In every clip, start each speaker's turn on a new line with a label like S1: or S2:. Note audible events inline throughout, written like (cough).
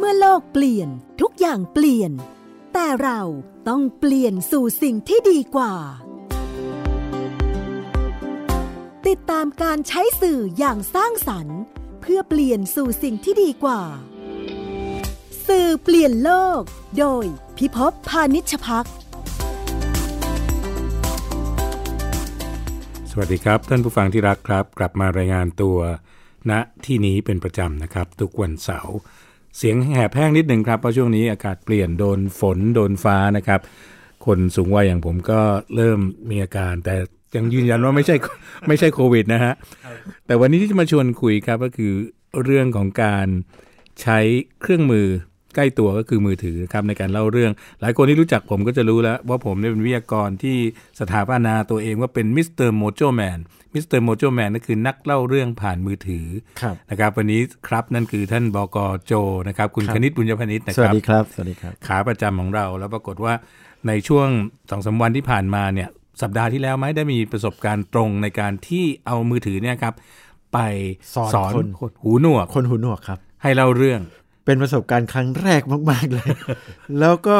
S1: มื่อโลกเปลี่ยนทุกอย่างเปลี่ยน แต่เราต้องเปลี่ยนสู่สิ่งที่ดีกว่า ติดตามการใช้สื่ออย่างสร้างสรรค์ เพื่อเปลี่ยนสู่สิ่งที่ดีกว่า สื่อเปลี่ยนโลก โดยพิภพพานิชพัก
S2: สวัสดีครับ ท่านผู้ฟังที่รักครับ กลับมารายงานตัวณที่นี้เป็นประจำนะครับ ทุกวันเสาร์เสียงแหบแห้งนิดหนึ่งครับ เพราะช่วงนี้อากาศเปลี่ยนโดนฝนโดนฟ้านะครับ คนสูงวัยอย่างผมก็เริ่มมีอาการ แต่ยังยืนยันว่าไม่ใช่ (laughs) ไม่ใช่โควิดนะฮะแต่วันนี้ที่จะมาชวนคุยครับก็คือเรื่องของการใช้เครื่องมือใกล้ตัวก็คือมือถือนะครับในการเล่าเรื่อง หลายคนที่รู้จักผมก็จะรู้แล้ว ว่าผมเนี่ยเป็นวิทยากรที่สถาปนาตัวเองว่าเป็นมิสเตอร์โมโจแมนมิสเตอร์โมโจแมนนั่นคือนักเล่าเรื่องผ่านมือถือ
S3: ครับ
S2: นะครับวันนี้ครับนั่นคือท่านบกโจนะครับคุณ
S3: ครับ
S2: คณิตบุญยพนิษฐ์นะ
S3: ส
S2: ค
S3: วัส
S2: รับ
S3: ดีครับ สวัสดีครับ
S2: ขาประจำของเราแล้วปรากฏว่าในช่วงสองสามวันที่ผ่านมาเนี่ยสัปดาห์ที่แล้วไหมได้มีประสบการณ์ตรงในการที่เอามือถือเนี่ยครับไป
S3: สอนคน
S2: หูหนวก
S3: คนหูหนวกครับ
S2: ให้เล่าเรื่อง
S3: เป็นประสบการณ์ครั้งแรกมาก
S2: (laughs)
S3: ๆเลย แล้วก็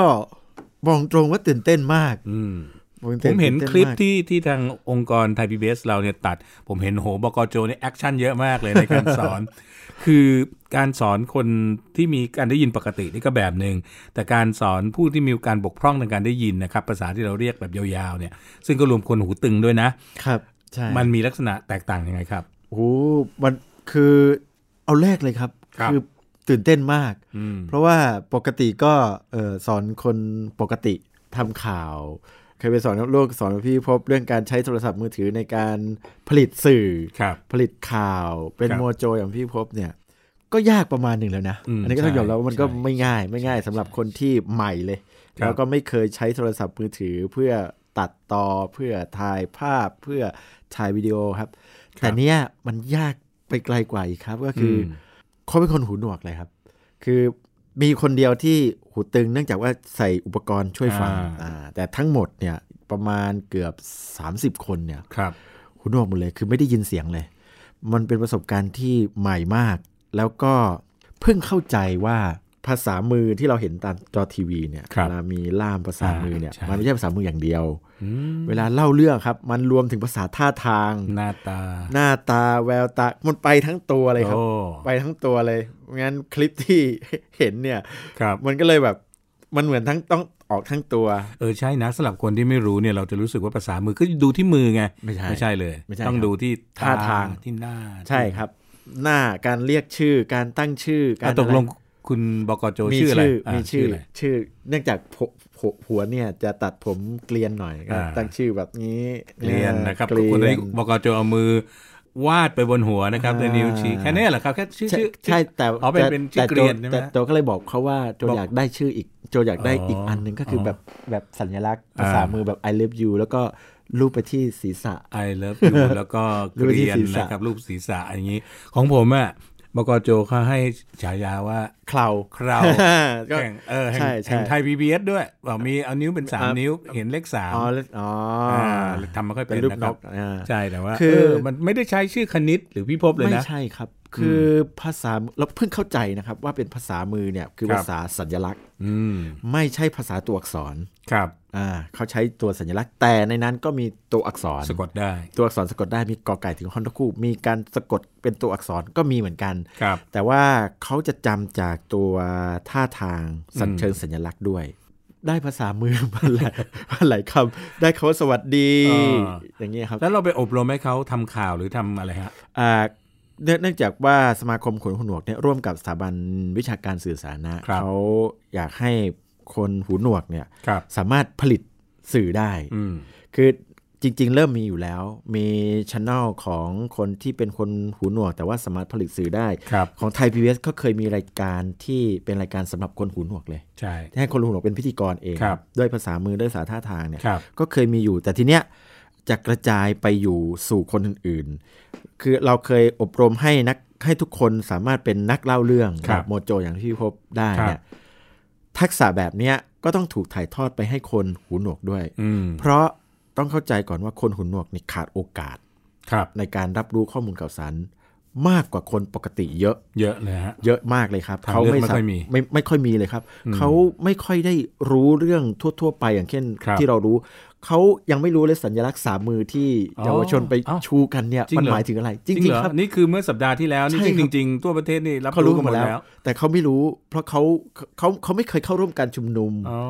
S3: บอกตรงว่าตื่นเต้นมาก
S2: อืม
S3: บอกต
S2: ผ
S3: รง
S2: มเห็น
S3: ตื่ต้
S2: คลิป
S3: มาก
S2: ที่ที่ทางองค์กรไทยพีบีเราเนี่ยตัด ผมเห็นโหบกโจเนี่ยแอคชั่นเยอะมากเลยในการสอน (laughs) คือการสอนคนที่มีการได้ยินปกตินี่ก็แบบหนึ่งแต่การสอนผู้ที่มีการบกพร่องทางการได้ยินนะครับภาษาที่เราเรียกแบบยาวๆเนี่ย ซึ่งก็รวมคนหูตึงด้วยนะ
S3: ครับใช่
S2: มันมีลักษณะแตกต่างยังไงครับ
S3: โอ้โหมันคือเอาแรกเลยครับ
S2: ครับ
S3: อตื่นเต้นมาก
S2: อืม
S3: เพราะว่าปกติก็เออสอนคนปกติทำข่าว เคยไปสอนโลกสอนพี่พบเรื่องการใช้โทรศัพท์มือถือในการผลิตสื่อ
S2: ครับ
S3: ผลิตข่าวเป็น
S2: ครับ
S3: โมโจอย่างพี่พบเนี่ย ก็ยากประมาณหนึ่งแล้วนะ
S2: อืม
S3: นนี้ก็ต้องยอมรับว่ามันก็
S2: ใช่
S3: ไม่ง่าย ไม่ง่ายสำหรับคนที่ใหม่เลย
S2: ครับ
S3: แล้วก็ไม่เคยใช้โทรศัพท์มือถือเพื่อตัดต่อเพื่อถ่ายภาพเพื่อถ่ายวิดีโอครับ แต่เนี้ยมันยากไปไกลกว่าอีกครับก็คืออ
S2: ม
S3: เขาเป็นคนหูหนวกเลยครับ คือมีคนเดียวที่หูตึงเนื่องจากว่าใส่อุปกรณ์ช่วยฟัง
S2: อ่า
S3: อ่าแต่ทั้งหมดเนี่ยประมาณเกือบ 30 คนเนี่ย
S2: ครับ
S3: หูหนวกหมดเลยคือไม่ได้ยินเสียงเลย มันเป็นประสบการณ์ที่ใหม่มาก แล้วก็เพิ่งเข้าใจว่าภาษามือที่เราเห็นตามจอทีวีเนี่ย
S2: ครับ
S3: เวลามีล่ามภาษามือเนี่ย
S2: อ่าใช่
S3: มันไม่ใช่ภาษามืออย่างเดียว
S2: อืม
S3: เวลาเล่าเรื่องครับ มันรวมถึงภาษาท่าทาง
S2: หน้าตา
S3: หน้าตาแววตามันไปทั้งตัวเลยครับ
S2: โอ้
S3: ไปทั้งตัวเลยงั้นคลิปที่ เห็นเนี่ย
S2: ครับ
S3: มันก็เลยแบบมันเหมือนทั้งต้องออกทั้งตัว
S2: เออใช่นะสำหรับคนที่ไม่รู้เนี่ยเราจะรู้สึกว่าภาษามือก็ดูที่มือไง
S3: ไม่ใช่
S2: เลย
S3: ไม่ใช่
S2: ต้อง
S3: ครับ
S2: ดูที่
S3: ท่าทาง
S2: ที่หน้า
S3: ใช่ครับ หน้าการเรียกชื่อการตั้งชื่อการ
S2: อ่ะ
S3: อะไร
S2: ตกลงคุณบกโจ
S3: มี
S2: ชื่ออะไระ
S3: มีชื่อ
S2: ะไร
S3: ชื่อ เนื่องจากผมผมหัวเนี่ยจะตัดผมเกลียนหน่อยก็
S2: อ่า
S3: ตั้งชื่อแบบนี้
S2: เรียนนะครับ
S3: เกลีย
S2: คน
S3: น
S2: นี้บกโจเอามือวาดไปบนหัวนะครับด้
S3: อ่า
S2: วยนิ้วชี้แค่นี้เหรอครับแค่ชื่อ
S3: ใช่
S2: ชื่อ
S3: ใช่แต่
S2: อ๋อเป็นเป็นชื่อ
S3: แต่
S2: เกลียนใช่ไหม
S3: แต่แต่ตัวก็เลยบอกเขาว่าโจ
S2: บอก
S3: อยากได้ชื่ออีกโจอยากได้อีก
S2: อ๋ออั
S3: อันหนึ่งก็คืออ
S2: อ
S3: แบบแบบสัญลักษณ์
S2: อ่า
S3: ภาษามือแบบ I love you แล้วก็รูปไปที่ศีรษะ
S2: I love
S3: (laughs)
S2: you แล้วก็
S3: รูปที่
S2: เรียน
S3: ศีรษะ
S2: นะครับรูปศีรษะอย่างนี้ ของผมอะบกโจเขาให้ฉายาว่า
S3: เคลา
S2: คราว
S3: (laughs) ก็
S2: แห่งเออแห่ง
S3: ใช่ใช่
S2: แห่งไทยพีบีเอสด้วยบอกมีเอานิ้วเป็นสามนิ้วเห็นเลขสาม
S3: อ๋อแล้วอ๋ออา
S2: ทำไม่ค่อยเป็น
S3: เป็นรูป
S2: นะ
S3: น
S2: ครับ
S3: กอ่า
S2: ใช่แต่ว่า
S3: คื
S2: คือ อมันไม่ได้ใช้ชื่อคณิตหรือพี่ภพเลยนะ
S3: ไม่ใช่ครับ คืออภาษาเราเพิ่งเข้าใจนะครับ ว่าเป็นภาษามือเนี่ยคือ
S2: ครับ
S3: ภาษาสัญลักษณ์
S2: อืม
S3: ไม่ใช่ภาษาตัวอักษร
S2: ครับ
S3: อ่าเขาใช้ตัวสัญลักษณ์ แต่ในนั้นก็มีตัวอักษร
S2: สะกดได้
S3: ตัวอักษรสะกดได้มีกอไก่ถึงฮอนตะคู่มีการสะกดเป็นตัวอักษรก็มีเหมือนกัน
S2: ครับ
S3: แต่ว่าเขาจะจำจากตัวท่าทางสัญเชิงสัญลักษณ์ด้วย ได้ภาษามือ (laughs) มาหลายมาหลายคำได้คำว่าสวัสดี
S2: อ่า
S3: อย่างนี้ยครับ
S2: แล้วเราไปอบรมให้เขาทำข่าวหรือทำอะไรฮะ
S3: อ่าเนื่องเนื่องจากว่าสมาคมขนหูหนวกเนี่ยร่วมกับสถาบันวิชาการสื่อสารนะครับ เขาอยากให้คนหูหนวกเนี่ย
S2: ครับ
S3: สามารถผลิตสื่อได้
S2: อืม
S3: คือจริงๆ เริ่มมีอยู่แล้ว มีช anel ของคนที่เป็นคนหูหนวก แต่ว่าสามารถผลิตสื่อได้
S2: ครับ
S3: ของไทยพีบีก็เคยมีรายการที่เป็นรายการสำหรับคนหูหนวกเลย
S2: ใช่
S3: ที่ให้คนหูหนวกเป็นพิธีกรเอง
S2: ครับ
S3: ด้วยภาษามือด้วยภาษาท่าทางเนี่ย
S2: ครับ
S3: ก็เคยมีอยู่ แต่ทีเนี้ยจะกระจายไปอยู่สู่คนอื่นๆ คือเราเคยอบรมให้นักให้ทุกคนสามารถเป็นนักเล่าเรื่อง
S2: ครับ
S3: แบบโมโจอย่างที่พี่พบได้
S2: ครับ
S3: เนี่ยทักษะแบบเนี้ยก็ต้องถูกถ่ายทอดไปให้คนหูหนวกด้วย
S2: อืม
S3: เพราะต้องเข้าใจก่อนว่าคนหูหนวกนี่ขาดโอกาส
S2: ครับ
S3: ในการรับรู้ข้อมูลข่าวสาร มากกว่าคนปกติเยอะ
S2: เยอะเลยฮะ
S3: เยอะมากเลยครับ
S2: ทางเลือก
S3: ไม่
S2: ไม่ค่อย
S3: สา
S2: มี
S3: ไม่ไม่ค่อยมีเลยครับ เขาไม่ค่อยได้รู้เรื่องทั่ว ๆ ไปอย่างเช่น
S2: ครับ
S3: ที่เรารู้ เขายังไม่รู้เลยสัญลักษณ์สามมือที่
S2: อ๋อ
S3: เยาวชนไป
S2: อ้าว
S3: ชูกันเนี่ย
S2: จริ
S3: มัน
S2: เหอ
S3: หมายถึงอะไร จ
S2: เห
S3: ริง ๆ ครับ
S2: นี่คือเมื่อสัปดาห์ที่แล้วนี่
S3: ใช่
S2: จ
S3: ครั
S2: ริง
S3: บ
S2: จริงๆทั่วประเทศนี่รับ
S3: เขารู้
S2: รู้
S3: กั
S2: กัน นห
S3: หม
S2: ม
S3: ด
S2: ด
S3: แล้ว
S2: แล้ว
S3: แต่เขาไม่รู้ เพราะเขาเขาเขาไม่เคยเข้าร่วมการชุมนุม
S2: อ๋อ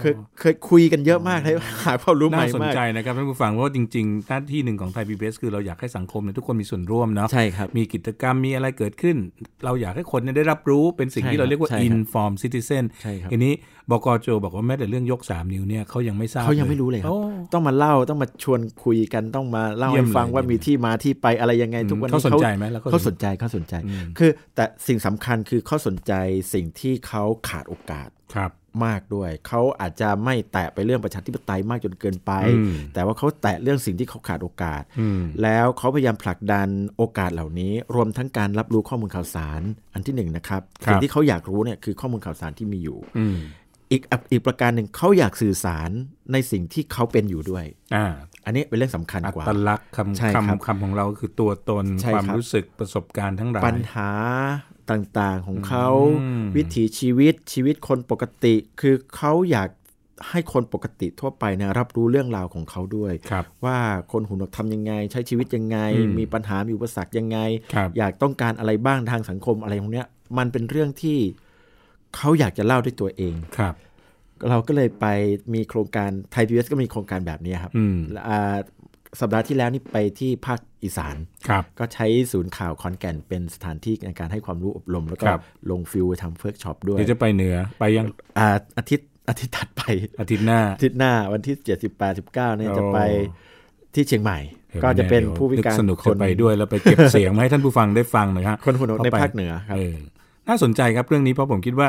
S3: เคยเคยคุยกันเยอะมากเลยหาความรู้ใหม่
S2: น่าสน
S3: มาก
S2: ใจนะครับท่านผู้ฟังเพราะว่าจริงๆหน้าที่หนึ่งของไทยพีบีคือเราอยากให้สังคมเนี่ยทุกคนมีส่วนร่วมเนาะ
S3: ใช่ครับ
S2: มีกิจกรรมมีอะไรเกิดขึ้น เราอยากให้คนเนี่ยได้รับรู้เป็นสิ่ง
S3: ใช่
S2: ที่เราเรียกว่า
S3: ครับใช่ครับ
S2: inform citizen
S3: ใช่ครับ
S2: ทีนี้บกโจบอกว่าแม้แต่เรื่องยก 3 นิ้วเนี่ยเขายังไม่ทราบ
S3: เขายังไม่รู้เลยครับ
S2: โอ้
S3: ต้องมาเล่าต้องมาชวนคุยกันต้องมาเล่า
S2: เยี่ย
S3: ให้
S2: ม
S3: ฟัง
S2: เลย
S3: ว่า
S2: เยี่
S3: มี
S2: ยมเลย
S3: ที่มาที่ไปอะไรยังไง
S2: อืม
S3: ทุกวันนี้
S2: เขาสนใจไหมแล้วเขา
S3: เขาสนใจเขาสนใจ
S2: อืม
S3: คือแต่สิ่งสำคัญคือเขาสนใจสิ่งที่เขาขาดโอกาส
S2: ครับ
S3: มากด้วย เขาอาจจะไม่แตะไปเรื่องประชาธิปไตยมากจนเกินไป
S2: อืม
S3: แต่ว่าเขาแตะเรื่องสิ่งที่เขาขาดโอกาส
S2: อืม
S3: แล้วเขาพยายามผลักดันโอกาสเหล่านี้ รวมทั้งการรับรู้ข้อมูลข่าวสารอันที่หนึ่งนะครับ
S2: ครับ
S3: สิ่งที่เขาอยากรู้เนี่ยคือข้อมูลข่าวสารที่มีอยู่
S2: อืม
S3: อีกอีกประการหนึ่งเขาอยากสื่อสารในสิ่งที่เขาเป็นอยู่ด้วย
S2: อ่า
S3: อันนี้เป็นเรื่องสำคัญ
S2: อั
S3: กว่า
S2: ตลักษณ์ค
S3: ใช่
S2: ำ
S3: ครับ
S2: คำคำของเราคือตัวตน
S3: ใช่
S2: ความ
S3: ครับ
S2: รู้สึกประสบการณ์ทั้งหลาย
S3: ปัญหาต่างๆของเขา
S2: อืม
S3: วิถีชีวิตชีวิตคนปกติ คือเขาอยากให้คนปกติทั่วไปเนยรับรู้เรื่องราวของเขาด้วย
S2: ครับ
S3: ว่าคนหูหนวกทำยังไง ใช้ชีวิตยังไง
S2: อืม
S3: มีปัญหามีอุปสรรคยังไง
S2: ครับ
S3: อยากต้องการอะไรบ้างทางสังคมอะไรพวกเนี้ย มันเป็นเรื่องที่เขาอยากจะเล่าด้วยตัวเอง
S2: ครับ
S3: เราก็เลยไปมีโครงการไทยพีก็มีโครงการแบบนี้ครับ
S2: อืม
S3: และอ่าสัปดาห์ที่แล้วนี่ไปที่ภาคอีสาน
S2: ครับ
S3: ก็ใช้ศูนย์ข่าวขอนแก่นเป็นสถานที่ในการให้ความรู้อบรม แล้วก็
S2: ครับ
S3: ลงฟิลทำเฟิร์กช็อปด้วย
S2: เดี๋ยวจะไปเหนือไปยัง
S3: อาอาทิตย์อาทิตย์ถัดไป
S2: อาทิตย์หน้า
S3: อาทิตย์หน้าวันที่ 7 8 19เนี่ยจะไป
S2: โอ้
S3: ที่เชียงใหม่
S2: ห็ไหม
S3: ก็จะเป็น
S2: ดี๋ยว
S3: ผู้พิการ
S2: นึสนุก
S3: ค
S2: จะ
S3: น
S2: ไปด้วยแล้วไปเก็บเสียงมาให้ท่านผู้ฟังได้ฟังหน่อยฮะ
S3: คนหัวหนวกใน
S2: เข้าไป
S3: ภาคเหนือครับ
S2: เออน่าสนใจครับเรื่องนี้เพราะผมคิดว่า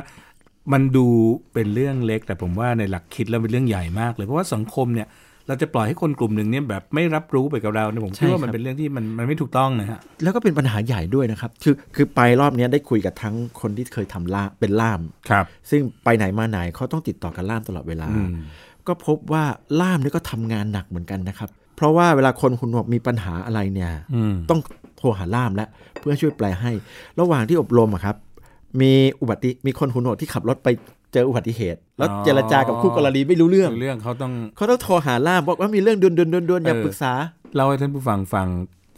S2: มันดูเป็นเรื่องเล็ก แต่ผมว่าในหลักคิดแล้วเป็นเรื่องใหญ่มากเลยเพราะว่าสังคมเนี่ย เราจะปล่อยให้คนกลุ่มหนึ่งเนี่ยแบบไม่รับรู้ไปกับเราเนี่ยผมคิดว่ามัน
S3: ใช่ครับ
S2: เป็นเรื่องที่มันมันไม่ถูกต้องนะฮะ
S3: แล้วก็เป็นปัญหาใหญ่ด้วยนะครับ คือคือไปรอบเนี้ยได้คุยกับทั้งคนที่เคยทำล่ามเป็นล่าม
S2: ครับ
S3: ซึ่งไปไหนมาไหนเขาต้องติดต่อกับล่ามตลอดเวลา
S2: อืม
S3: ก็พบว่าล่ามนี่ก็ทำงานหนักเหมือนกันนะครับ เพราะว่าเวลาคนคุณหนวกมีปัญหาอะไรเนี่ย
S2: อืม
S3: ต้องโทรหาล่ามแล้วเพื่อช่วยแปลให้ ระหว่างที่อบรมอะครับ มีอุบัติมีคนหูหนวกที่ขับรถไปเจออุบัติเหตุ แล้ว
S2: อ๋อ
S3: เจรจากับคู่กรณีไม่รู้เรื่อง
S2: เรื่องเขาต้อง
S3: เขาต้องโทรหาล่ามบอกว่ามีเรื่องด่วนด่วนด่วนด่วนอย่า
S2: เออ
S3: ปรึกษา
S2: เล่าให้ท่านผู้ฟังฟัง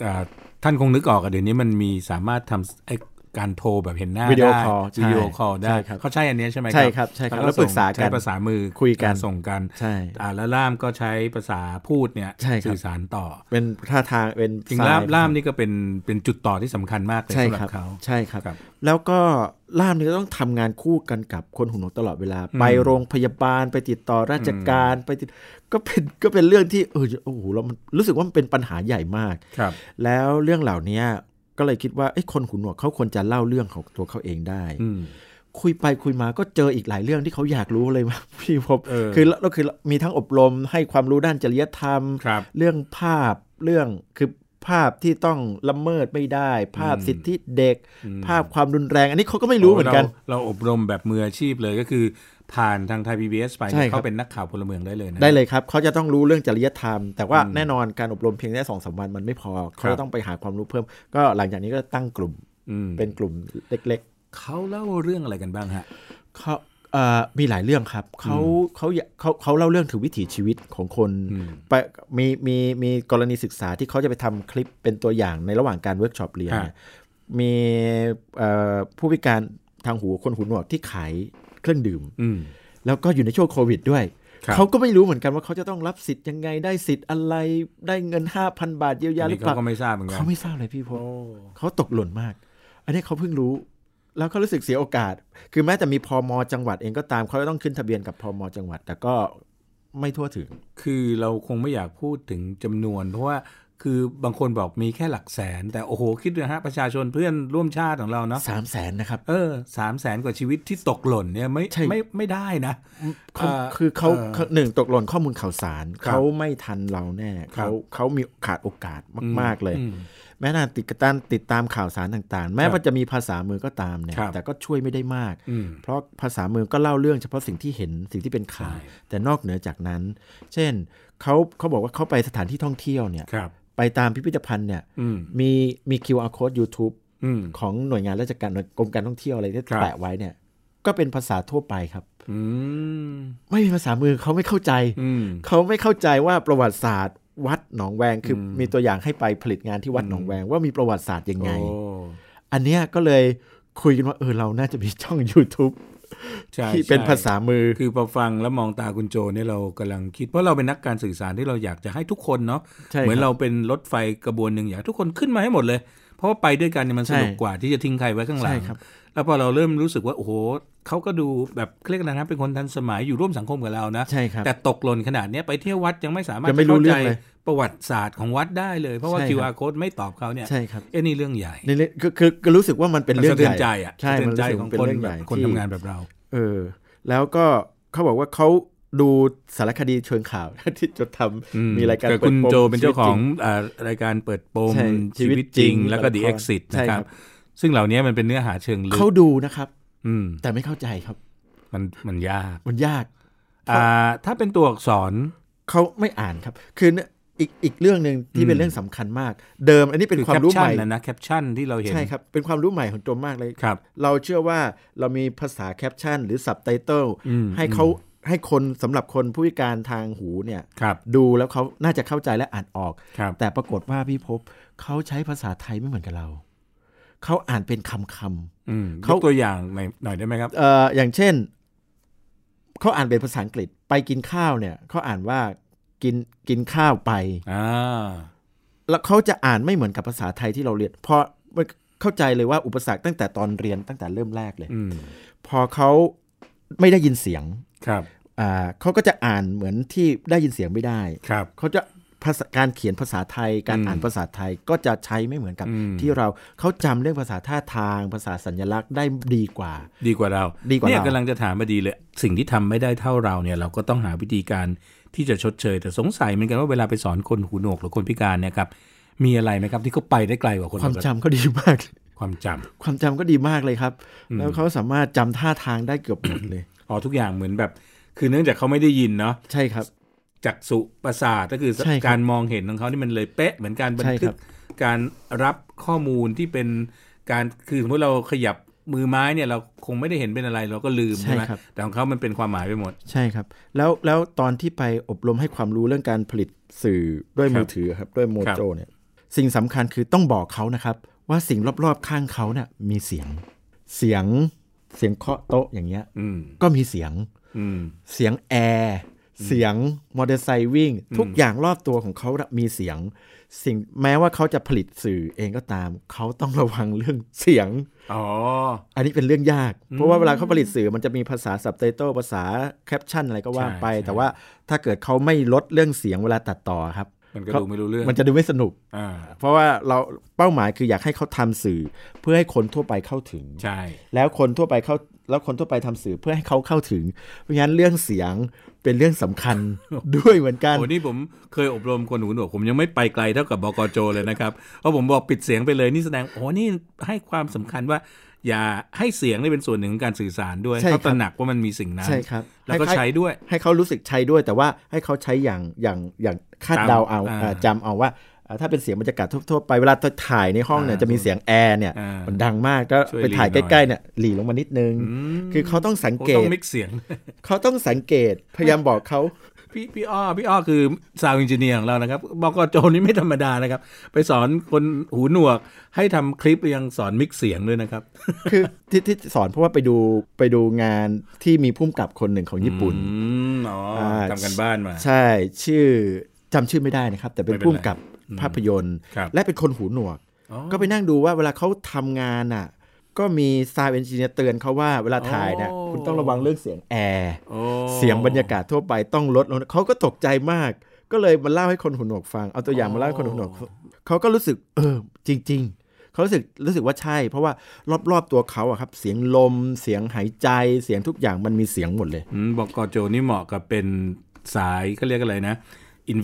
S2: อ่าท่านคงนึกออกอะเดี๋ยวนี้มันมีสามารถทำไอ้การโทรแบบเห็นหน้า
S3: วิดีโอ
S2: ได้
S3: call ใช่
S2: วิดีโอคอลได้
S3: ใช่ครับ
S2: เขาใช้อันเนี้ยใช่ไหม
S3: ใช่ครับใช่ครับแล้วปรึกษากัน
S2: ใช้ภาษามือ
S3: คุยกัน
S2: ส่งกัน
S3: ใช่
S2: อ่าแล้วล่ามก็ใช้ภาษาพูดเนี่ย
S3: ใช่ครับ
S2: สื่อสารต่อ
S3: เป็นท่าทางเป็น
S2: จริง
S3: สย
S2: ล่ามล่ามนี่ก็เป็นเป็นจุดต่อที่สำคัญมากเลย
S3: ใช่
S2: สำหรั
S3: ครับ
S2: บเขา
S3: ใช่ครับ
S2: ครับ
S3: แล้วก็ล่ามนี่ก็ต้องทำงานคู่กันกับคนหูหนวกตลอดเวลา ไปโรงพยาบาลไปติดต่อราชการไปติดก็เป็นก็เป็นเรื่องที่เออโอ้โหแล้วมันรู้สึกว่ามันเป็นปัญหาใหญ่มาก
S2: ครับ
S3: แล้วเรื่องเหล่านี้ก็เลยคิดว่าเอ้ยคนหูหนวกเขาควรจะเล่าเรื่องของตัวเขาเองได้
S2: อืม
S3: คุยไปคุยมาก็เจออีกหลายเรื่องที่เขาอยากรู้เลยมา (laughs) พี่พบ
S2: เออ
S3: คือเราคือมีทั้งอบรมให้ความรู้ด้านจริยธรรม
S2: ครับ
S3: เรื่องภาพเรื่องคือภาพที่ต้องละเมิดไม่ได้ ภาพสิทธิเด็ก ภาพความรุนแรง อันนี้เขาก็ไม่รู้เหมือนกัน
S2: เราเราอบรมแบบมืออาชีพเลยก็คือ ผ่านทางไทยพีบีเอสไป
S3: ใช่
S2: เนี่ย
S3: ครับ
S2: เขาเป็นนักข่าวพลเมืองได้เลยนะ
S3: ได้เลยครับเขาจะต้องรู้เรื่องจริยธรรม แต่ว่าแน่นอนการอบรมเพียงแค่สองสามวันมันไม่พอเขา
S2: ครับ
S3: จะต้องไปหาความรู้เพิ่ม ก็หลังจากนี้ก็ตั้งกลุ่ม
S2: อืม
S3: เป็นกลุ่มเล็ก ๆ
S2: เขาเล่าเรื่องอะไรกันบ้างฮะ
S3: เขาเอ่อมีหลายเรื่องครับเขาเขาอยากเขาเขาเล่าเรื่องถึงวิถีชีวิตของคนไปมีมีมีกรณีศึกษาที่เขาจะไปทำคลิปเป็นตัวอย่างในระหว่างการเวิร์กช็อปเรียนเนี่ยมีเอ่อผู้พิการทางหูคนหูหนวกที่ขายเครื่องดื่ม
S2: อืม
S3: แล้วก็อยู่ในช่วงโควิดด้วย
S2: ครับ
S3: เขาก็ไม่รู้เหมือนกันว่าเขาจะต้องรับสิทธิ์ยังไงได้สิทธิ์อะไรได้เงิน 5,000 บาทเยียวยา
S2: อัน
S3: หรื
S2: นี้
S3: อเปล่า
S2: เขาก็ไม่ทราบเหมือนกัน
S3: เขาไม่ทราบเลยพี่พง เขาตกหล่นมาก อันนี้เขาเพิ่งรู้ แล้วเขารู้สึกเสียโอกาส คือแม้แต่มีพอมจังหวัดเองก็ตามเขาก็ต้องขึ้นทะเบียนกับพอมจังหวัด แต่ก็ไม่ทั่วถึง
S2: คือเราคงไม่อยากพูดถึงจำนวน เพราะว่าคือบางคนบอกมีแค่หลักแสน แต่โอ้โหคิดดูนะฮะประชาชนเพื่อนร่วมชาติของเราเนาะ
S3: สามแสนนะครับ
S2: เออสามแสนกว่าชีวิตที่ตกหล่นเนี่ยไม่
S3: ใช่
S2: ไม่ไม่ได้นะ
S3: เขา
S2: อ่า
S3: คือเขา
S2: เอ่อ
S3: เขาหนึ่งตกหล่นข้อมูลข่าวสาร
S2: ครับ
S3: เขาไม่ทันเราแน่
S2: ครับ
S3: เขาเขามีขาดโอกาสมาก ๆ เลย
S2: อืม
S3: แม้นานติดกระตันติดตามข่าวสารต่างๆ แม้
S2: ครับ
S3: ว่าจะมีภาษามือก็ตามเนี่ย
S2: ครับ
S3: แต่ก็ช่วยไม่ได้มาก
S2: อืม
S3: เพราะภาษามือก็เล่าเรื่องเฉพาะสิ่งที่เห็นสิ่งที่เป็นข่าว
S2: ใช่
S3: แต่นอกเหนือจากนั้น เช่นเขาเขาบอกว่าเขาไปสถานที่ท่องเที่ยวเนี่ย
S2: ครับ
S3: ไปตามพิพิธภัณฑ์เนี่ย
S2: อืม
S3: มีมี QR code YouTube
S2: อืม
S3: ของหน่วยงานราชการกรมการท่องเที่ยวอะไรที่
S2: ครับ
S3: แปะไว้เนี่ยก็เป็นภาษาทั่วไปครับ
S2: อืม
S3: ไม่มีภาษามือเขาไม่เข้าใจ
S2: อืม
S3: เขาไม่เข้าใจว่าประวัติศาสตร์ วัดหนองแวงคืออมีตัวอย่างให้ไปผลิตงานที่วัดหนองแวงว่ามีประวัติศาสตร์ยังไง
S2: โอ้
S3: อันเนี้ยก็เลยคุยกันว่าเออเราน่าจะมีช่อง YouTube
S2: ใช่
S3: ที่เป็น
S2: ใช่
S3: ภาษามือ
S2: คือพอฟังแล้วมองตาคุณโจเนี่ยเรากำลังคิด เพราะเราเป็นนักการสื่อสารที่เราอยากจะให้ทุกคนเนาะ
S3: ใช่
S2: เหมือน
S3: ครับ
S2: เราเป็นรถไฟกระบวนหนึ่งอยากให้ทุกคนขึ้นมาให้หมดเลย เพราะว่าไปด้วยกันเนี่ยมันสนุก
S3: ใช่
S2: กว่าที่จะทิ้งใครไว้ข้างหลัง
S3: ใช่ครับ
S2: แล้วพอเราเริ่มรู้สึกว่าโอ้โหเขาก็ดูแบบเครียกนะครับเป็นคนทันสมัยอยู่ร่วมสังคมกับเรานะ
S3: ใช่ครับ
S2: แต่ตกหล่นขนาดเนี้ยไปเที่ยววัดยังไม่สามารถ
S3: ยังไม่รู้
S2: จะ
S3: เรื่
S2: เข้า
S3: อง
S2: ใจ
S3: เลย
S2: ประวัติศาสตร์ของวัดได้เลย เพราะว่า
S3: ใช่ครับ
S2: QR code ไม่ตอบเขาเนี่ย
S3: ใช่ครับ
S2: เอ้นี่เรื่องใหญ่
S3: ในเรื่องคือคือคือรู้สึกว่ามันเป็นเรื่อง
S2: สะเทือนใจ
S3: ใหญ่
S2: อ่ะ
S3: ใช่
S2: สะเทือ
S3: มัน น
S2: ใจ
S3: รู้สึก
S2: ของ
S3: เป็น
S2: คน
S3: เรื่อง
S2: แบ
S3: ใหญ่
S2: บคน
S3: ที่
S2: ทำงานแบบเรา
S3: เออแล้วก็เขาบอกว่าเขาดูสารคดีเชิงข่าว (laughs) ที่จะท
S2: อื
S3: ำมีรายการ
S2: แต่คุณ
S3: ปิดปม
S2: โจเป็นเจ้า
S3: ชีวิต
S2: ขอ
S3: จริ
S2: งอ่ารายการเปิดปม
S3: ใช่
S2: ชีวิตจริง
S3: ชีวิตจริง
S2: แล้วก็ The
S3: ละคร
S2: Exit
S3: ใช่
S2: นะค
S3: ครั
S2: รับ
S3: บ
S2: ซึ่งเหล่านี้มันเป็นเนื้อหาเชิงลึก
S3: เขาดูนะครับ
S2: อืม
S3: แต่ไม่เข้าใจครับ
S2: มันมันยาก
S3: มันยาก
S2: อ่าถ้าเป็นตัวอักษร
S3: เขาไม่อ่านครับ คือเนี่ยอีกอีกเรื่องหนึ่งที่เป็นเรื่องสำคัญมาก เดิมอันนี้เป็น
S2: คือ
S3: ควา
S2: แค
S3: ม
S2: ป
S3: รู้ให
S2: ชั่น
S3: ม่
S2: นะนะแคปชั่นที่เราเห็น
S3: ใช่ครับ เป็นความรู้ใหม่ของโจมากเลย
S2: ครับ
S3: เราเชื่อว่าเรามีภาษาแคปชั่นหรือสับไตเติล
S2: อืม
S3: ให้เขาให้คนสำหรับคนผู้พิการทางหูเนี่ย
S2: ครับ
S3: ดูแล้วเขาน่าจะเข้าใจและอ่านออก
S2: ครับ
S3: แต่ปรากฏว่าพี่พบเขาใช้ภาษาไทยไม่เหมือนกับเรา เขาอ่านเป็นคำค
S2: อืมย
S3: เขา
S2: กตัวอย่างหน่อยหน่อยได้ไหมครับ
S3: ำเอ่ออย่างเช่น เขาอ่านเป็นภาษาอังกฤษไปกินข้าวเนี่ยเขาอ่านว่ากินกินข้าวไป
S2: อ่า
S3: แล้วเขาจะอ่านไม่เหมือนกับภาษาไทยที่เราเรียนเพราะมันเข้าใจเลยว่าอุปสรรคตั้งแต่ตอนเรียนตั้งแต่เริ่มแรกเลย
S2: อืม
S3: พอเขาไม่ได้ยินเสียง
S2: ครับ
S3: อ่าเขาก็จะอ่านเหมือนที่ได้ยินเสียงไม่ได้
S2: ครับ
S3: เขาจะภาษาการเขียนภาษาไทย การ
S2: อืม
S3: อ่านภาษาไทยก็จะใช้ไม่เหมือนกับ
S2: อืม
S3: ที่เราเขาจำเรื่องภาษาท่าทาง ภาษาสัญลักษณ์ได้ดีกว่า
S2: ดีกว่าเรา
S3: ดีกว่าเรา
S2: เนี่ยกำลังจะถามมาดีเลย สิ่งที่ทำไม่ได้เท่าเราเนี่ย เราก็ต้องหาวิธีการที่จะชดเชย แต่สงสัยเหมือนกันว่าเวลาไปสอนคนหูหนวกหรือคนพิการเนี่ยครับ มีอะไรไหมครับที่เขาไปได้ไกลกว่าคน
S3: ความ
S2: ปกติ
S3: จำเขาดีมาก
S2: ความจำ
S3: ความจำก็ดีมากเลยครับ แล้วเขาสามารถจำท่าทางได้เกือบหมดเลย
S2: อ๋อทุกอย่างเหมือนแบบ คือเนื่องจากเขาไม่ได้ยินเนาะ
S3: ใช่ครับ
S2: จักษุประสาทก็คือ
S3: ใช่ครับ
S2: การมองเห็นของเขานี่มันเลยเป๊ะเหมือนการบัน
S3: ใช่
S2: ทึ
S3: ครั
S2: ก
S3: บ
S2: การรับข้อมูลที่เป็นการคือสมมติเราขยับมือไม้เนี่ยเราคงไม่ได้เห็นเป็นอะไรเราก็ลืมใช่ไหม
S3: ใช่ครับ
S2: แต่ของเขามันเป็นความหมายไปหมด
S3: ใช่ครับ แล้วแล้วตอนที่ไปอบรมให้ความรู้เรื่องการผลิตสื่อด้วยมือถือครับด้วยโม
S2: ครับ
S3: โจเนี่ยสิ่งสำคัญคือต้องบอกเขานะครับ ว่าสิ่งรอบๆข้างเขาเนี่ยมีเสียง เสียงเสียงเคาะโต๊ะอย่างเงี้ย
S2: อืม
S3: ก็มีเสียง
S2: อืม
S3: เสียงแอร์เสียงมอเตอร์ไซค์วิ่ง ทุกอย่างรอบตัวของเขาน่ะมีเสียง สิ่งแม้ว่าเขาจะผลิตสื่อเองก็ตาม เขาต้องระวังเรื่องเสียง
S2: อ๋อ
S3: อันนี้เป็นเรื่องยาก เพราะว่าเวลาเขาผลิตสื่อมันจะมีภาษา s ับไตเติลภาษาแคปชั่นอะไรก็ว่าไป
S2: ใช่ใช่
S3: แต่ว่าถ้าเกิดเขาไม่ลดเรื่องเสียงเวลาตัดต่อครับ
S2: มันก็
S3: เขา
S2: ดูไม่รู้เรื่อง
S3: มันจะดูไม่สนุก
S2: อ่า
S3: เพราะว่าเราเป้าหมายคืออยากให้เขาทำสื่อเพื่อให้คนทั่วไปเข้าถึง
S2: ใช่
S3: แล้วคนทั่วไปเข้าแล้วคนทั่วไปทำสื่อเพื่อให้เขาเข้าถึง เพราะงั้นเรื่องเสียงเป็นเรื่องสำ
S2: (laughs)
S3: คัญ ด้วยเหมือนกัน
S2: โอ้นี่ผมเคยอบรมคนหูหนวกผมยังไม่ไปไกลเท่ากับบกโจเลยนะครับ เพราะผมบอกปิดเสียงไปเลยนี่แสดงโอ้นี่ให้ความสำคัญว่า อย่าให้เสียงนี่เป็นส่วนหนึ่งของการสื่อสารด้วย
S3: ใช่ครับ
S2: เขาตระหนักว่ามันมีสิ่งนั้น
S3: ใช่ครับ
S2: แล้วก็
S3: ห้
S2: ใช้ด้วย
S3: ให้เขารู้สึกใช้ด้วย แต่ว่าให้เขาใช้อย่างอย่างอย่างคาด
S2: ตาม
S3: เดาเอา
S2: อ่า
S3: อ่าจำเอาว่าอ่าถ้าเป็นเสียงบรรยากาศทั่วๆไปเวลาถ่ายในห้องเนี่ย
S2: อ่า
S3: จะมีเสียงแอร์เนี่ย
S2: อ่ามั
S3: มันดังมากก็
S2: ช่วย
S3: ไปถ่าย
S2: หลี
S3: ใก
S2: หน่อย
S3: ล้ๆเนี่ยหลีลงมานิดนึง คือเขาต้องสัง
S2: ผม
S3: เก
S2: ต้อ
S3: ต
S2: งมิกเสียง (laughs)
S3: เขาต้องสังเกตพยายามบอกเขา
S2: พี่พี่อ้อพี่อ้อคือซาวอินจิเนียร์ของเรานะครับบกโจนี่ไม่ธรรมดานะครับ ไปสอนคนหูหนวก ให้ทำคลิปยังสอนมิกเสียงด้วยนะครับ
S3: คือที่ที่สอนเพราะว่าไปดูไปดูงานที่มีพุ่มกับคนหนึ่งของญี่ปุ่น
S2: อืมอ๋ออา ทำกันบ้านมา
S3: ใช่ชื่อจำชื่อไม่ได้นะครับ แต่เป็น
S2: ไม่เป็นไร
S3: ผู้กำกับภาพยนตร์
S2: ครับ
S3: และเป็นคนหูหนวก
S2: อ๋อ
S3: ก็ไปนั่งดูว่าเวลาเขาทำงานอ่ะ ก็มีซาวเอนจิเนียร์เตือนเขาว่าเวลาถ่ายเนี่ยคุณต้องระวังเรื่องเสียงแอร์
S2: โอ้
S3: เสียงบรรยากาศทั่วไปต้องลดลงเขาก็ตกใจมาก ก็เลยมาเล่าให้คนหูหนวกฟังเอาตัวอย่างมาเล่าให้คนหูหนวกฟังเขาก็รู้สึกเออจริง ๆ เขารู้สึกรู้สึกว่าใช่ เพราะว่ารอบๆตัวเขาอะครับเสียงลม เสียงหายใจเสียงทุกอย่างมันมีเสียงหมดเลย
S2: อืมบอกกโจนี่เหมาะกับเป็นสายเขาเรียกอะไรนะ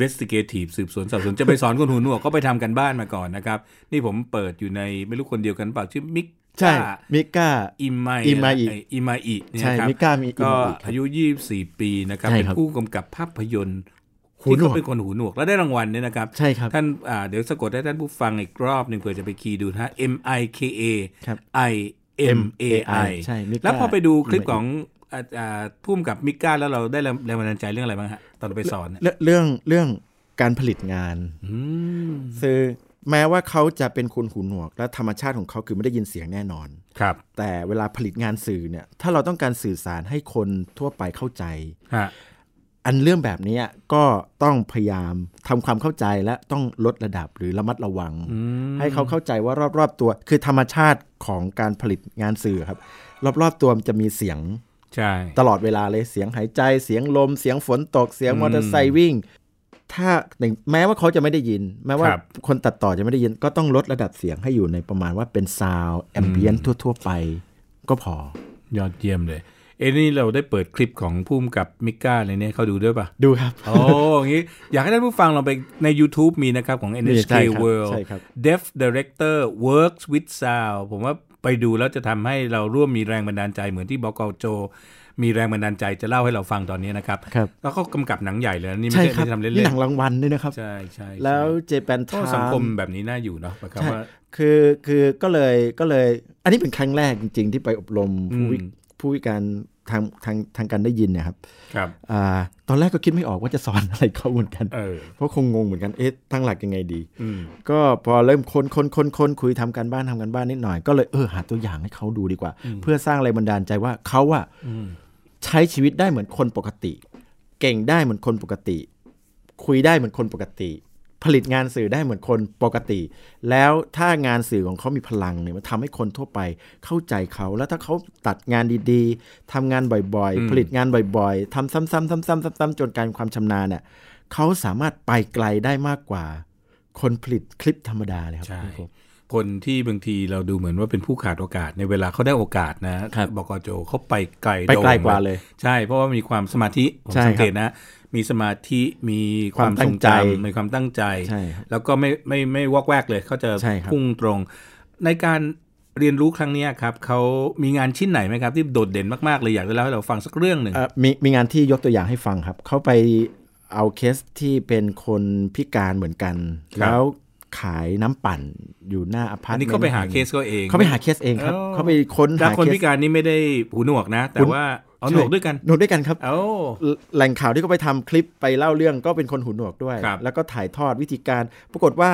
S2: investigative สืบสวนสอบสวนจะไปสอนคนหูหนวกก็ไปทำกันบ้านมาก่อนนะครับ นี่ผมเปิดอยู่ในไม่รู้คนเดียวกันเปล่าชื่อมิก
S3: ใช่มิก้า
S2: อิมไม
S3: อิมไมอิ
S2: อิมไมอิเนี่ย
S3: ใช่
S2: ครับ
S3: มิก้ามีอิมไมอิ
S2: ก็
S3: ครับ
S2: อายุ 24 ปีนะครับ
S3: ใช่
S2: เป็น
S3: ครับ
S2: ผู้กำกับภาพยนตร์
S3: หู
S2: ที่
S3: หนวก
S2: เขาเป็นคนหูหนวก แล้วได้รางวัลเนี่ยนะครับ
S3: ใช่ครับ
S2: ท่านอ่าเดี๋ยวสะกดให้ท่านผู้ฟังอีกรอบหนึ่งเผื่อจะไปคีย์ดูนะฮะ M I K A
S3: ครับ
S2: I M A I
S3: ใช่มิก้า
S2: แล้วพอไปดูคลิปของอ่าอ่าพุ่มกับมิก้าแล้วเราได้แรงแรงบันดาลใจเรื่องอะไรบ้างฮะ ตอนเราไปสอนเนี่ย
S3: เรื่องเรื่องเรื่องการผลิตงาน
S2: อืม
S3: คือแม้ว่าเขาจะเป็นคนหูหนวก และธรรมชาติของเขาคือไม่ได้ยินเสียงแน่นอน
S2: ครับ
S3: แต่เวลาผลิตงานสื่อเนี่ยถ้าเราต้องการสื่อสารให้คนทั่วไปเข้าใจ
S2: ฮะ
S3: อันเรื่องแบบเนี้ยก็ต้องพยายามทำความเข้าใจและต้องลดระดับหรือระมัดระวัง
S2: อืม
S3: ให้เขาเข้าใจว่ารอบๆตัว คือธรรมชาติของการผลิตงานสื่อครับ รอบๆตัวมันจะมีเสียง
S2: ใช่
S3: ตลอดเวลาเลยเสียงหายใจเสียงลม เสียงฝนตกเสียงมอเตอร์ไซค์วิ่ง ถ้าแม้ว่าเขาจะไม่ได้ยิน แม้ว่าคนตัดต่อจะไม่ได้ยิน ก็ต้องลดระดับเสียงให้อยู่ในประมาณว่าเป็นซาวแอมเบียนทั่ว ๆ ไป ก็พอ
S2: ยอดเยี่ยมเลย เอ้นี่เราได้เปิดคลิปของพุ่มกับมิก้าเลยเนี่ยเขาดูด้วยป่ะ
S3: ดูครับ
S2: โอ้อย่างนี้ อยากให้ท่านผู้ฟังลองไปใน YouTube มีนะครับของ NHK
S3: ใช่ครับ
S2: World
S3: ใช่ครับ
S2: Deaf Director Works with Sound ผมว่าไปดูแล้วจะทำให้เราร่วมมีแรงบันดาลใจเหมือนที่บอกโจ มีแรงบันดาลใจจะเล่าให้เราฟังตอนนี้นะครับ
S3: ครับ
S2: แล้วเขากำกับหนังใหญ่เลยนะนี่ไม่
S3: ใช่
S2: ใช่
S3: ครับ
S2: ไม่ได้ทำเล่
S3: นี่
S2: น
S3: หนังรางวัลด้วยนะครับ
S2: ๆใช่ใช่
S3: แล้วเจแปน
S2: ใช่
S3: ทา
S2: สังคมแบบนี้น่าอยู่เนาะหมายความ
S3: ใช่
S2: ว่า
S3: คือคือก็เลยก็เลย อันนี้เป็นครั้งแรกจริง ๆ ที่ไปอบรมผู้วิ
S2: อืม
S3: ผู้วิการทางทางทางการได้ยินเนะครับ
S2: ครับ
S3: อ่าตอนแรกก็คิดไม่ออกว่าจะสอนอะไรเขาเหมือนกัน
S2: เออ
S3: เพราะคงงงเหมือนกันเอ๊ะตั้งหลักยังไงดี
S2: อืม
S3: ก็พอเริ่มคนคนคนคนคุยทำการบ้านทำการบ้านนิดหน่อยก็เลยเออหาตัวอย่างให้เขาดูดีกว่า เพื่อสร้างแรงบันดาลใจว่าเขาอะใช้ชีวิตได้เหมือนคนปกติ เก่งได้เหมือนคนปกติ คุยได้เหมือนคนปกติ ผลิตงานสื่อได้เหมือนคนปกติ แล้วถ้างานสื่อของเขามีพลังเนี่ยมันทำให้คนทั่วไปเข้าใจเขาแล้วถ้าเขาตัดงานดีๆทำงานบ่อยๆ ผลิตงานบ่อยๆทำซ้ำๆๆๆๆจนการความชำนาญเนี่ยเขาสามารถไปไกลได้มากกว่า คนผลิตคลิปธรรมดาเลยครับ
S2: ใช่
S3: คุณครู
S2: คนที่บางทีเราดูเหมือนว่าเป็นผู้ขาดโอกาสในเวลาเขาได้โอกาสนะครับ บอกโจเขาไปไกล
S3: ไปไกล
S2: โด่ง
S3: กว่าเลย
S2: ใช่ เพราะว่ามีความสมาธิผม
S3: ใช่ครับ
S2: สังเกตนะ มีสมาธิมีความ
S3: ความ
S2: ท
S3: ตั้
S2: รง ง
S3: ใจ
S2: จำมีความตั้งใจ
S3: ใช่ครับ
S2: แล้วก็ไม่ไม่ไม่วอกแวกเลยเขาจะ
S3: ใช่ครับ
S2: พุ่งตรง ในการเรียนรู้ครั้งเนี้ยครับเขามีงานชิ้นไหนไหมครับ ที่โดดเด่นมากๆเลยอยากจะเล่าให้เราฟังสักเรื่องหนึ่ง
S3: เอ่อมีมีงานที่ยกตัวอย่างให้ฟังครับ เขาไปเอาเคสที่เป็นคนพิการเหมือนกัน
S2: ครับ
S3: แล้วขายน้ำปั่นอยู่หน้าอพาร์
S2: อัน
S3: ตเมนต์
S2: นี้เขาไปหาเค
S3: แงนึ่
S2: สเขาเอง
S3: งเขาไปหาเคสเองครับ
S2: อ้
S3: เขาไปค้น
S2: จา
S3: หาก เค
S2: คน
S3: ส
S2: พิการนี่ไม่ได้หูหนวกนะ แต่
S3: หูหนวก
S2: ว่าเอาหนวกด้วยกัน
S3: หนวกด้วยกันครับ
S2: เอ้า
S3: แหล่งข่าวที่เขาไปทำคลิปไปเล่าเรื่องก็เป็นคนหูหนวกด้วย
S2: ครับ
S3: แล้วก็ถ่ายทอดวิธีการ ปรากฏว่า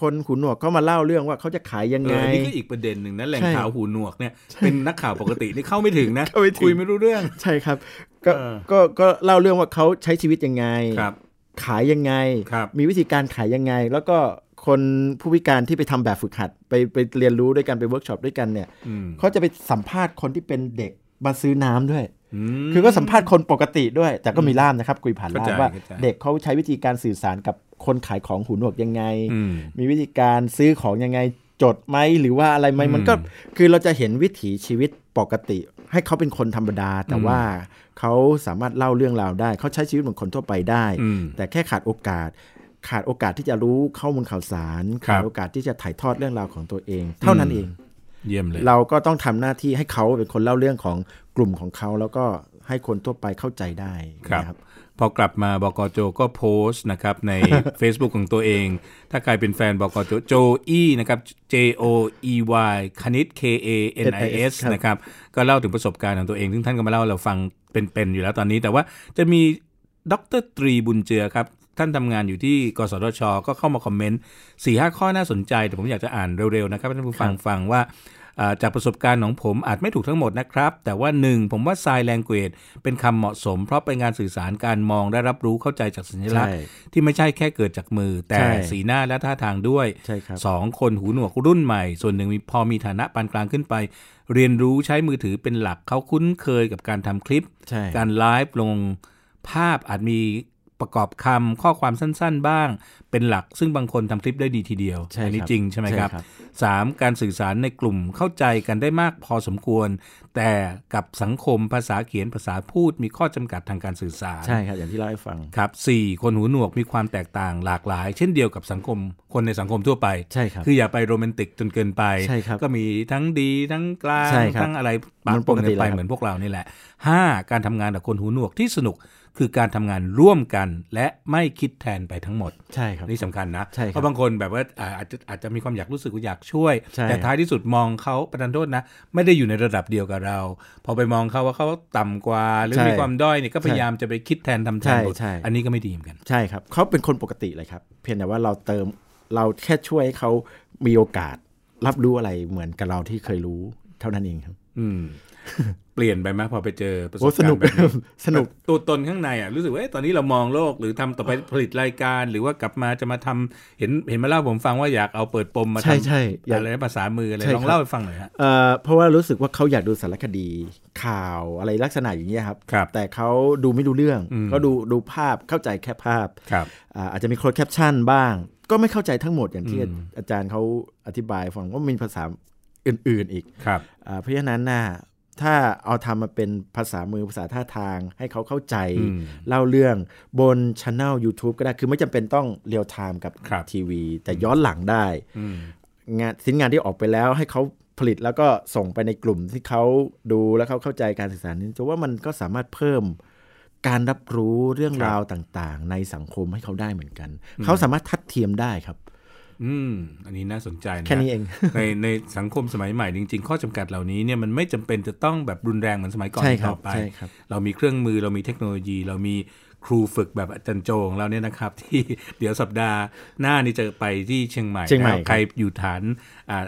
S3: คนหูหนวกเขามาเล่าเรื่องว่าเขาจะขายยัง
S2: เอ
S3: ไง
S2: ออันนี้ก็อีกประเด็นหนึ่งนะแหล่ง
S3: ใช่
S2: ข่าวหูหนวกเนี่ยเป็นนักข่าวปกตินี่เข้าไม่ถึงนะ
S3: เข้าไม่ถึง
S2: คุยไม่รู้เรื่อง
S3: ใช่ครับก็
S2: เออ
S3: ก็ก็เล่าเรื่องว่าเขาใช้ชีวิตยังไง
S2: ครับ
S3: ขายยังไง
S2: ครับ
S3: มีวิธีการขายยังไง แล้วก็คนผู้พิการที่ไปทำแบบฝึกหัด ไปไปเรียนรู้ด้วยกันไปเวิร์กช็อปด้วยกันเนี่ย
S2: อืม
S3: เขาจะไปสัมภาษณ์คนที่เป็นเด็กมาซื้อน้ำด้วย
S2: ม
S3: คือก็สัมภาษณ์คนปกติด้วย แต่ก็มีล่ามนะครับคุยผ่าน
S2: เข้า
S3: ล่าม
S2: ใจ
S3: ว่า
S2: เข้าใจ
S3: เด็กเขาใช้วิธีการสื่อสารกับคนขายของหูหนวกยังไง
S2: อืม
S3: มีวิธีการซื้อของยังไงจดไหมหรือว่าอะไรไหม
S2: อืม
S3: มันก็คือเราจะเห็นวิถีชีวิตปกติ ให้เขาเป็นคนธรรมดา แต่
S2: อืม
S3: ว่าเขาสามารถเล่าเรื่องราวได้ เขาใช้ชีวิตเหมือนคนทั่วไปได้
S2: อืม
S3: แต่แค่ขาดโอกาส ขาดโอกาสที่จะรู้ข้อมูลข่าวสาร
S2: ครับ
S3: ขาดโอกาสที่จะถ่ายทอดเรื่องราวของตัวเอง เท่านั้น
S2: อืม
S3: เอง
S2: เยี่ยมเลย
S3: เราก็ต้องทำหน้าที่ให้เขาเป็นคนเล่าเรื่องของกลุ่มของเขาแล้วก็ให้คนทั่วไปเข้าใจได้
S2: ครับ
S3: นะครับ
S2: พอกลับมาบกโจก็โพสต์นะครับใน (laughs) Facebook ของตัวเอง ถ้าใครเป็นแฟนบกโจโจอี้นะครับ J O E Y คณิต K A N I S
S3: ครับ
S2: นะครับ ก็เล่าถึงประสบการณ์ของตัวเอง ซึ่งท่านก็มาเล่าให้เราฟังเป็นๆอยู่แล้วตอนนี้ แต่ว่าจะมีดรตรีบุญเจือครับ ท่านทำงานอยู่ที่กสทช ก็เข้ามาคอมเมนต์4ีหข้อน่าสนใจ แต่ผมอยากจะอ่านเร็วๆนะครับให้ท่านผู้ฟังฟังว่าเอ่อจากประสบการณ์ของผมอาจไม่ถูกทั้งหมดนะครับ แต่ว่า 1 ผมว่า sign language เป็นคำเหมาะสม เพราะเป็นงานสื่อสารการมองได้รับรู้เข้าใจจากสัญลักษณ์
S3: ใช่
S2: ที่ไม่ใช่แค่เกิดจากมือ แต่
S3: ใช่
S2: สีหน้าและท่าทางด้วย
S3: ใช่ครับ
S2: สองคนหูหนวกรุ่นใหม่ ส่วนหนึ่งมีพอมีฐานะปานกลางขึ้นไป เรียนรู้ใช้มือถือเป็นหลักเขาคุ้นเคยกับการทำคลิป
S3: ใช่
S2: การไลฟ์ลงภาพอาจมี ประกอบคำข้อความสั้นๆ บ้าง เป็นหลักซึ่งบางคนทำคลิปได้ดีทีเดียว
S3: ใช่ครับ
S2: อันี้จริงใช่ไหมครับ
S3: ใช่ครับ
S2: สามการสื่อสารในกลุ่มเข้าใจกันได้มากพอสมควร แต่กับสังคมภาษาเขียนภาษาพูดมีข้อจำกัดทางการสื่อสาร
S3: ใช่ครับ อย่างที่เล่าให้ฟัง
S2: ครับสี่คนหูหนวกมีความแตกต่างหลากหลาย เช่นเดียวกับสังคมคนในสังคมทั่วไป
S3: ใช่ครับ
S2: คืออย่าไปโรแมนติกจนเกินไป
S3: ใช่ครับ
S2: ก็มีทั้งดีทั้งกลาง
S3: ใช่ครับ
S2: ทั้งอะไรปะ
S3: มัน
S2: ป
S3: ป
S2: น
S3: ก
S2: กัน
S3: ติ
S2: ไป
S3: แล้วครับ
S2: เหมือนพวกเรานี่แหละห้าการทำงานกับคนหูหนวกที่สนุกคือการทำงานร่วมกัน และไม่คิดแทนไปทั้งหมด
S3: ใช่ครับ
S2: นี่สำคัญนะ
S3: ใช่ครับ
S2: เพราะบางคนแบบว่าอ่าอาจจะอาจจะมีความอยากรู้สึกว่าอยากช่วย
S3: ใช่
S2: แต่ท้ายที่สุดมองเขาประทานโทษนะ ไม่ได้อยู่ในระดับเดียวกับเรา พอไปมองเขาว่าเขาต่ำกว่า หรือ
S3: ใช่
S2: มีความด้อยเนี่ยก็พยายามจะไปคิดแทนทำแทนหมด
S3: ใช่ใช่
S2: อันนี้ก็ไม่ดีเหมือนกัน
S3: ใช่ครับเขาเป็นคนปกติเลยครับ เพียงแต่ว่าเราเติมเราแค่ช่วยให้เขามีโอกาส รับรู้อะไรเหมือนกับเราที่เคยรู้เท่านั้นเองครับ
S2: อืม เปลี่ยนไปไหมพอไปเจอประสบ
S3: โอ้
S2: การณ์
S3: (laughs) สนุก
S2: แบบนี้
S3: สนุก
S2: แบบตัวตนข้างในอ่ะรู้สึกว่าเอ๊ะตอนนี้เรามองโลกหรือทำต่อไปผลิตรายการ หรือว่ากลับมาจะมาทำเห็นเห็นมาเล่าผมฟังว่าอยากเอาเปิดปมมา
S3: ใช่
S2: ทำ
S3: ใช่อยาก
S2: อะไรนะภาษามืออะไร
S3: ใช่
S2: ลอง
S3: ครับ
S2: เล่าให้ฟังหน่อยฮะ
S3: เอ่อเพราะว่ารู้สึกว่าเขาอยากดูสารคดีข่าวอะไรลักษณะอย่างนี้ยครับ
S2: ครับ
S3: แต่เขาดูไม่รู้เรื่อง
S2: อืม
S3: เขาดูดูภาพเข้าใจแค่ภาพ
S2: ครับ
S3: อ่าอาจจะมีโค้ดแคปชั่นบ้าง ก็ไม่เข้าใจทั้งหมดอย่างที่อาจารย์เขาอธิบายฟังว่ามีภาษาอื่น ๆอีก
S2: ครับ
S3: อ่าเพราะฉะนั้นน่ะถ้าเอาทำมาเป็นภาษามือภาษาท่าทางให้เขาเข้าใจ
S2: อืม
S3: เล่าเรื่องบนช anel YouTube ก็ได้ คือไม่จำเป็นต้องเรียลไทม์กับ
S2: ครับ
S3: ทีวี แต่ย้อนหลังได้
S2: อืม
S3: งานสินงานที่ออกไปแล้วให้เขาผลิตแล้วก็ส่งไปในกลุ่มที่เขาดูแล้วเขาเข้าใจการศึกษานี้จะว่ามันก็สามารถเพิ่มการรับรู้เรื่อง
S2: ครับ
S3: ราวต่างๆ ในสังคมให้เขาได้เหมือนกัน เขาสามารถทัดเทียมได้ครับ
S2: อืม อันนี้น่าสนใจนะ
S3: แค่นี้เอง
S2: ในในสังคมสมัยใหม่จริง ๆ ข้อจำกัดเหล่านี้เนี่ยมันไม่จำเป็นจะต้องแบบรุนแรงเหมือนสมัยก่อน
S3: ใช่
S2: อีก
S3: ครั
S2: ต่
S3: บ
S2: อไป
S3: ใช่ครับ
S2: เรามีเครื่องมือเรามีเทคโนโลยี เรามีครูฝึกแบบอาจารย์โจของเราเนี่ยนะครับ (laughs) ที่ เดี๋ยวสัปดาห์หน้านี่จะไปที่เชียงใหม่
S3: เชียงใหม่
S2: นะครับ ใครอยู่ฐานอ่า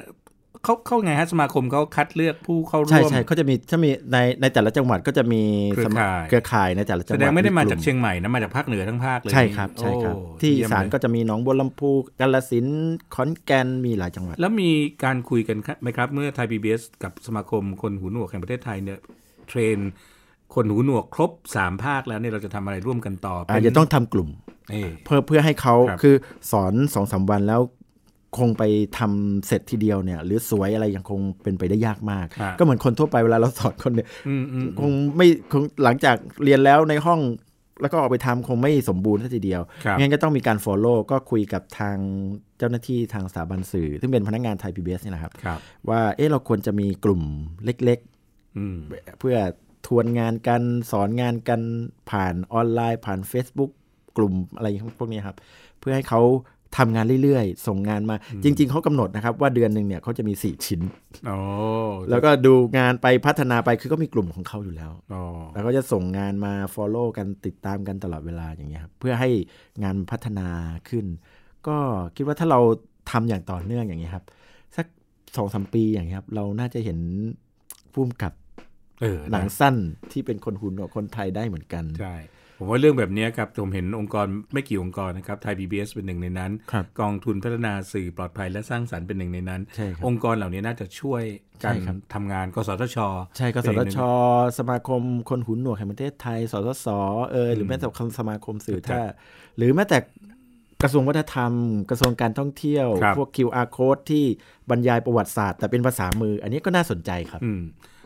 S2: เขาเข้าไงฮะสมาคมเขาคัดเลือกผู้เข้า
S3: ใช่
S2: ร่วม
S3: ใช่เขาจะมีถ้ามีในในแต่ละจังหวัดก็จะมี
S2: เครือข่าย
S3: เครือข่ายในแต่ละจังห
S2: แส
S3: วัด
S2: ดงไม่ได้มาจาก
S3: ลุ่
S2: เชียงใหม่นะมาจากภาคเหนือทั้งภาคเลย
S3: ใช่ครับใช่ครับ
S2: โอ้
S3: ที่อี
S2: เยี่ยม
S3: สาร
S2: เลย
S3: ก็จะมีหนองบัวลำพูกาฬสินธุ์ขอนแก่นมีหลายจังหวัด
S2: แล้วมีการคุยกันครับไหมครับ เมื่อไทยพีบีกับสมาคมคนหูหนวกแห่งประเทศไทยเนี่ยเทรน คนหูหนวกครบ 3 ภาคแล้วเนี่ยเราจะทำอะไรร่วมกันต่อ
S3: อาจจะต้องทำกลุ่ม
S2: เอ่อ
S3: เพื่อเพื่อให้เขา
S2: ครับ
S3: คือสอนสองสามวันแล้วคงไปทำเสร็จทีเดียวเนี่ย หรือสวยอะไรยังคงเป็นไปได้ยากมาก
S2: ฮะ
S3: ก็เหมือนคนทั่วไปเวลาเราสอนคนเนี่ย
S2: อืมอืม
S3: คงไม่คงหลังจากเรียนแล้วในห้องแล้วก็ออกไปทำคงไม่สมบูรณ์ซะทีเดียว
S2: ครับ
S3: งั้นก็ต้องมีการ Follow ก็คุยกับทางเจ้าหน้าที่ทางสถาบันสื่อ ซึ่งเป็นพนักงานไทย PBS เนี่ยนะครับ
S2: ครับ
S3: ว่าเอ๊ะเราควรจะมีกลุ่มเล็ก
S2: อืม
S3: ๆ เพื่อทวนงานกัน สอนงานกันผ่านออนไลน์ ผ่าน Facebook กลุ่มอะไรพวกนี้ครับ เพื่อให้เขาทำงานเรื่อยๆ ส่งงานมาจริง ๆเขากำหนดนะครับว่าเดือนหนึ่งเนี่ยเขาจะมี 4 ชิ้น
S2: โอ้
S3: แล้วก็ดูงานไปพัฒนาไปคือก็มีกลุ่มของเขาอยู่แล้ว
S2: โอ้
S3: แล้วก็จะส่งงานมา Follow กันติดตามกันตลอดเวลาอย่างเงี้ยครับเพื่อให้งานพัฒนาขึ้น ก็คิดว่าถ้าเราทำอย่างต่อเนื่องอย่างเงี้ยครับ สักสองสามปีอย่างเงี้ยครับ เราน่าจะเห็นพุ่มกับ
S2: เออ
S3: หนังสั้นที่เป็นคนหุ่นหนวกคนไทยได้เหมือนกัน
S2: ใช่ ผมว่าเรื่องแบบเนี้ยครับ ผมเห็นองค์กรไม่กี่องค์กรนะครับ ไทย PBS เป็นหนึ่งในนั้น
S3: ครับ
S2: กองทุนพัฒนาสื่อปลอดภัยและสร้างสรรค์เป็นหนึ่งในนั้น
S3: ใช่ครับ
S2: องค์กรเหล่านี้น่าจะช่วยกา
S3: ใช่
S2: ร
S3: ครับ
S2: ทำงาน กสทช
S3: ใช่กส
S2: เป็น
S3: ท
S2: อีหนึ่ง
S3: ช สมาคมคนหุ่นหนวกแห่งประเทศไทย สสสเออหรือแม้แต่สมาคมสื่อถ้าหรือแม้แต่กระทรวงวัฒนธรรม กระทรวงการท่องเที่ยว
S2: ครับ
S3: พวก QR code ที่บรรยายประวัติศาสตร์ แต่เป็นภาษามือ อันนี้ก็น่าสนใจครับ
S2: อืม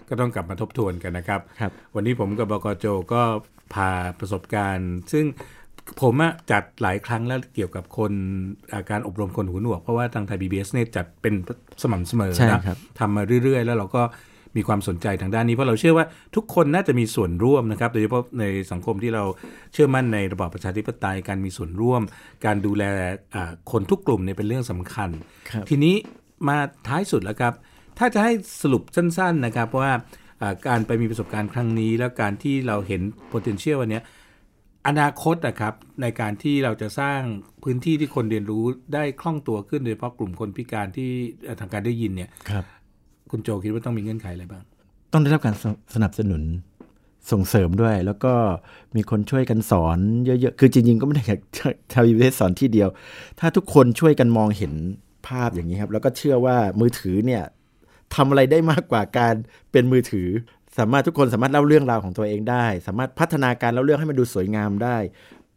S2: ก็ต้องกลับมาทบทวนกันนะครับ
S3: ครับ
S2: วันนี้ผมกับบกโจก็พาประสบการณ์ ซึ่งผมอะจัดหลายครั้งแล้วเกี่ยวกับคนอาการอบรมคนหูหนวก เพราะว่าทางไทยบีบีเนี่ยจัดเป็นสม่ำเสมอ
S3: ใช่
S2: นะครับ ทำมาเรื่อยๆ แล้วเราก็มีความสนใจทางด้านนี้ เพราะเราเชื่อว่าทุกคนน่าจะมีส่วนร่วมนะครับ โดยเฉพาะในสังคมที่เราเชื่อมั่นในระบอบประชาธิปไตยการมีส่วนร่วม การดูแลอ่าคนทุกกลุ่มเนี่ยเป็นเรื่องสำคัญ
S3: ครับ
S2: ทีนี้มาท้ายสุดแล้วครับ ถ้าจะให้สรุปสั้นๆนะครับว่าอ่าการไปมีประสบการณ์ครั้งนี้ แล้วการที่เราเห็น potential วันเนี้ยอนาคตนะครับในการที่เราจะสร้างพื้นที่ที่คนเรียนรู้ได้คล่องตัวขึ้นโดยเฉพาะกลุ่มคนพิการที่เอ่อทางการได้ยินเนี่ย
S3: ครับ
S2: คุณโจคิดว่าต้องมีเงื่อนไขอะไรบ้าง
S3: ต้องได้รับการสสนับสนุนส่งเสริมด้วย แล้วก็มีคนช่วยกันสอนเยอะๆ คือจริงๆ ก็ไม่ได้อยากจะทำวิเวสอนที่เดียว ถ้าทุกคนช่วยกันมองเห็นภาพอย่างนี้ครับ แล้วก็เชื่อว่ามือถือเนี่ยทำอะไรได้มากกว่าการเป็นมือถือ สามารถทุกคนสามารถเล่าเรื่องราวของตัวเองได้ สามารถพัฒนาการเล่าเรื่องให้มันดูสวยงามได้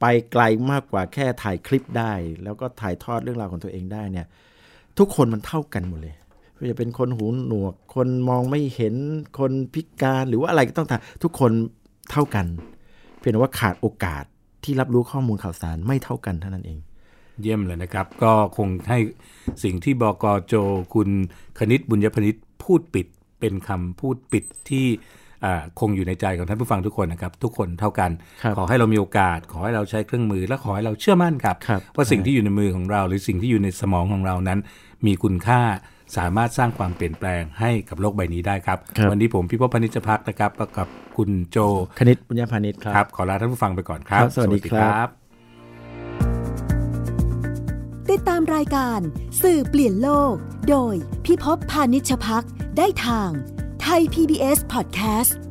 S3: ไปไกลมากกว่าแค่ถ่ายคลิปได้ แล้วก็ถ่ายทอดเรื่องราวของตัวเองได้เนี่ย ทุกคนมันเท่ากันหมดเลยไม่ว่าจะเป็นคนหูหนวก คนมองไม่เห็นคนพิการหรือว่าอะไรก็ต้องต่างทุกคนเท่ากัน เพียงแต่ว่าขาดโอกาสที่รับรู้ข้อมูลข่าวสารไม่เท่ากันเท่านั้นเอง
S2: เยี่ยมเลยนะครับ ก็คงให้สิ่งที่บกโจคุณคณิตบุญยพนิษฐ์พูดปิดเป็นคำพูดปิดที่อ่าคงอยู่ในใจของท่านผู้ฟังทุกคนนะครับ ทุกคนเท่ากัน
S3: ครับ
S2: ขอให้เรามีโอกาส ขอให้เราใช้เครื่องมือและขอให้เราเชื่อมั่นครับ
S3: ครับ
S2: ว่าสิ่งที่อยู่ในมือของเรา หรือสิ่งที่อยู่ในสมองของเรานั้น มีคุณค่าสามารถสร้างความเปลี่ยนแปลงให้กับโลกใบนี้ได้ครับ
S3: ครับ
S2: วันนี้ผมพิพพพนิจพักนะครับประกับคุณโจ
S3: คณิตบุญญาพาณิชย์ครับ
S2: ขอลาท่านผู้ฟังไปก่อนครับ
S3: ครับสวัสดีครับ
S1: ติดตามรายการสื่อเปลี่ยนโลก โดยพิภพพานิชพักได้ทางไทย PBS Podcast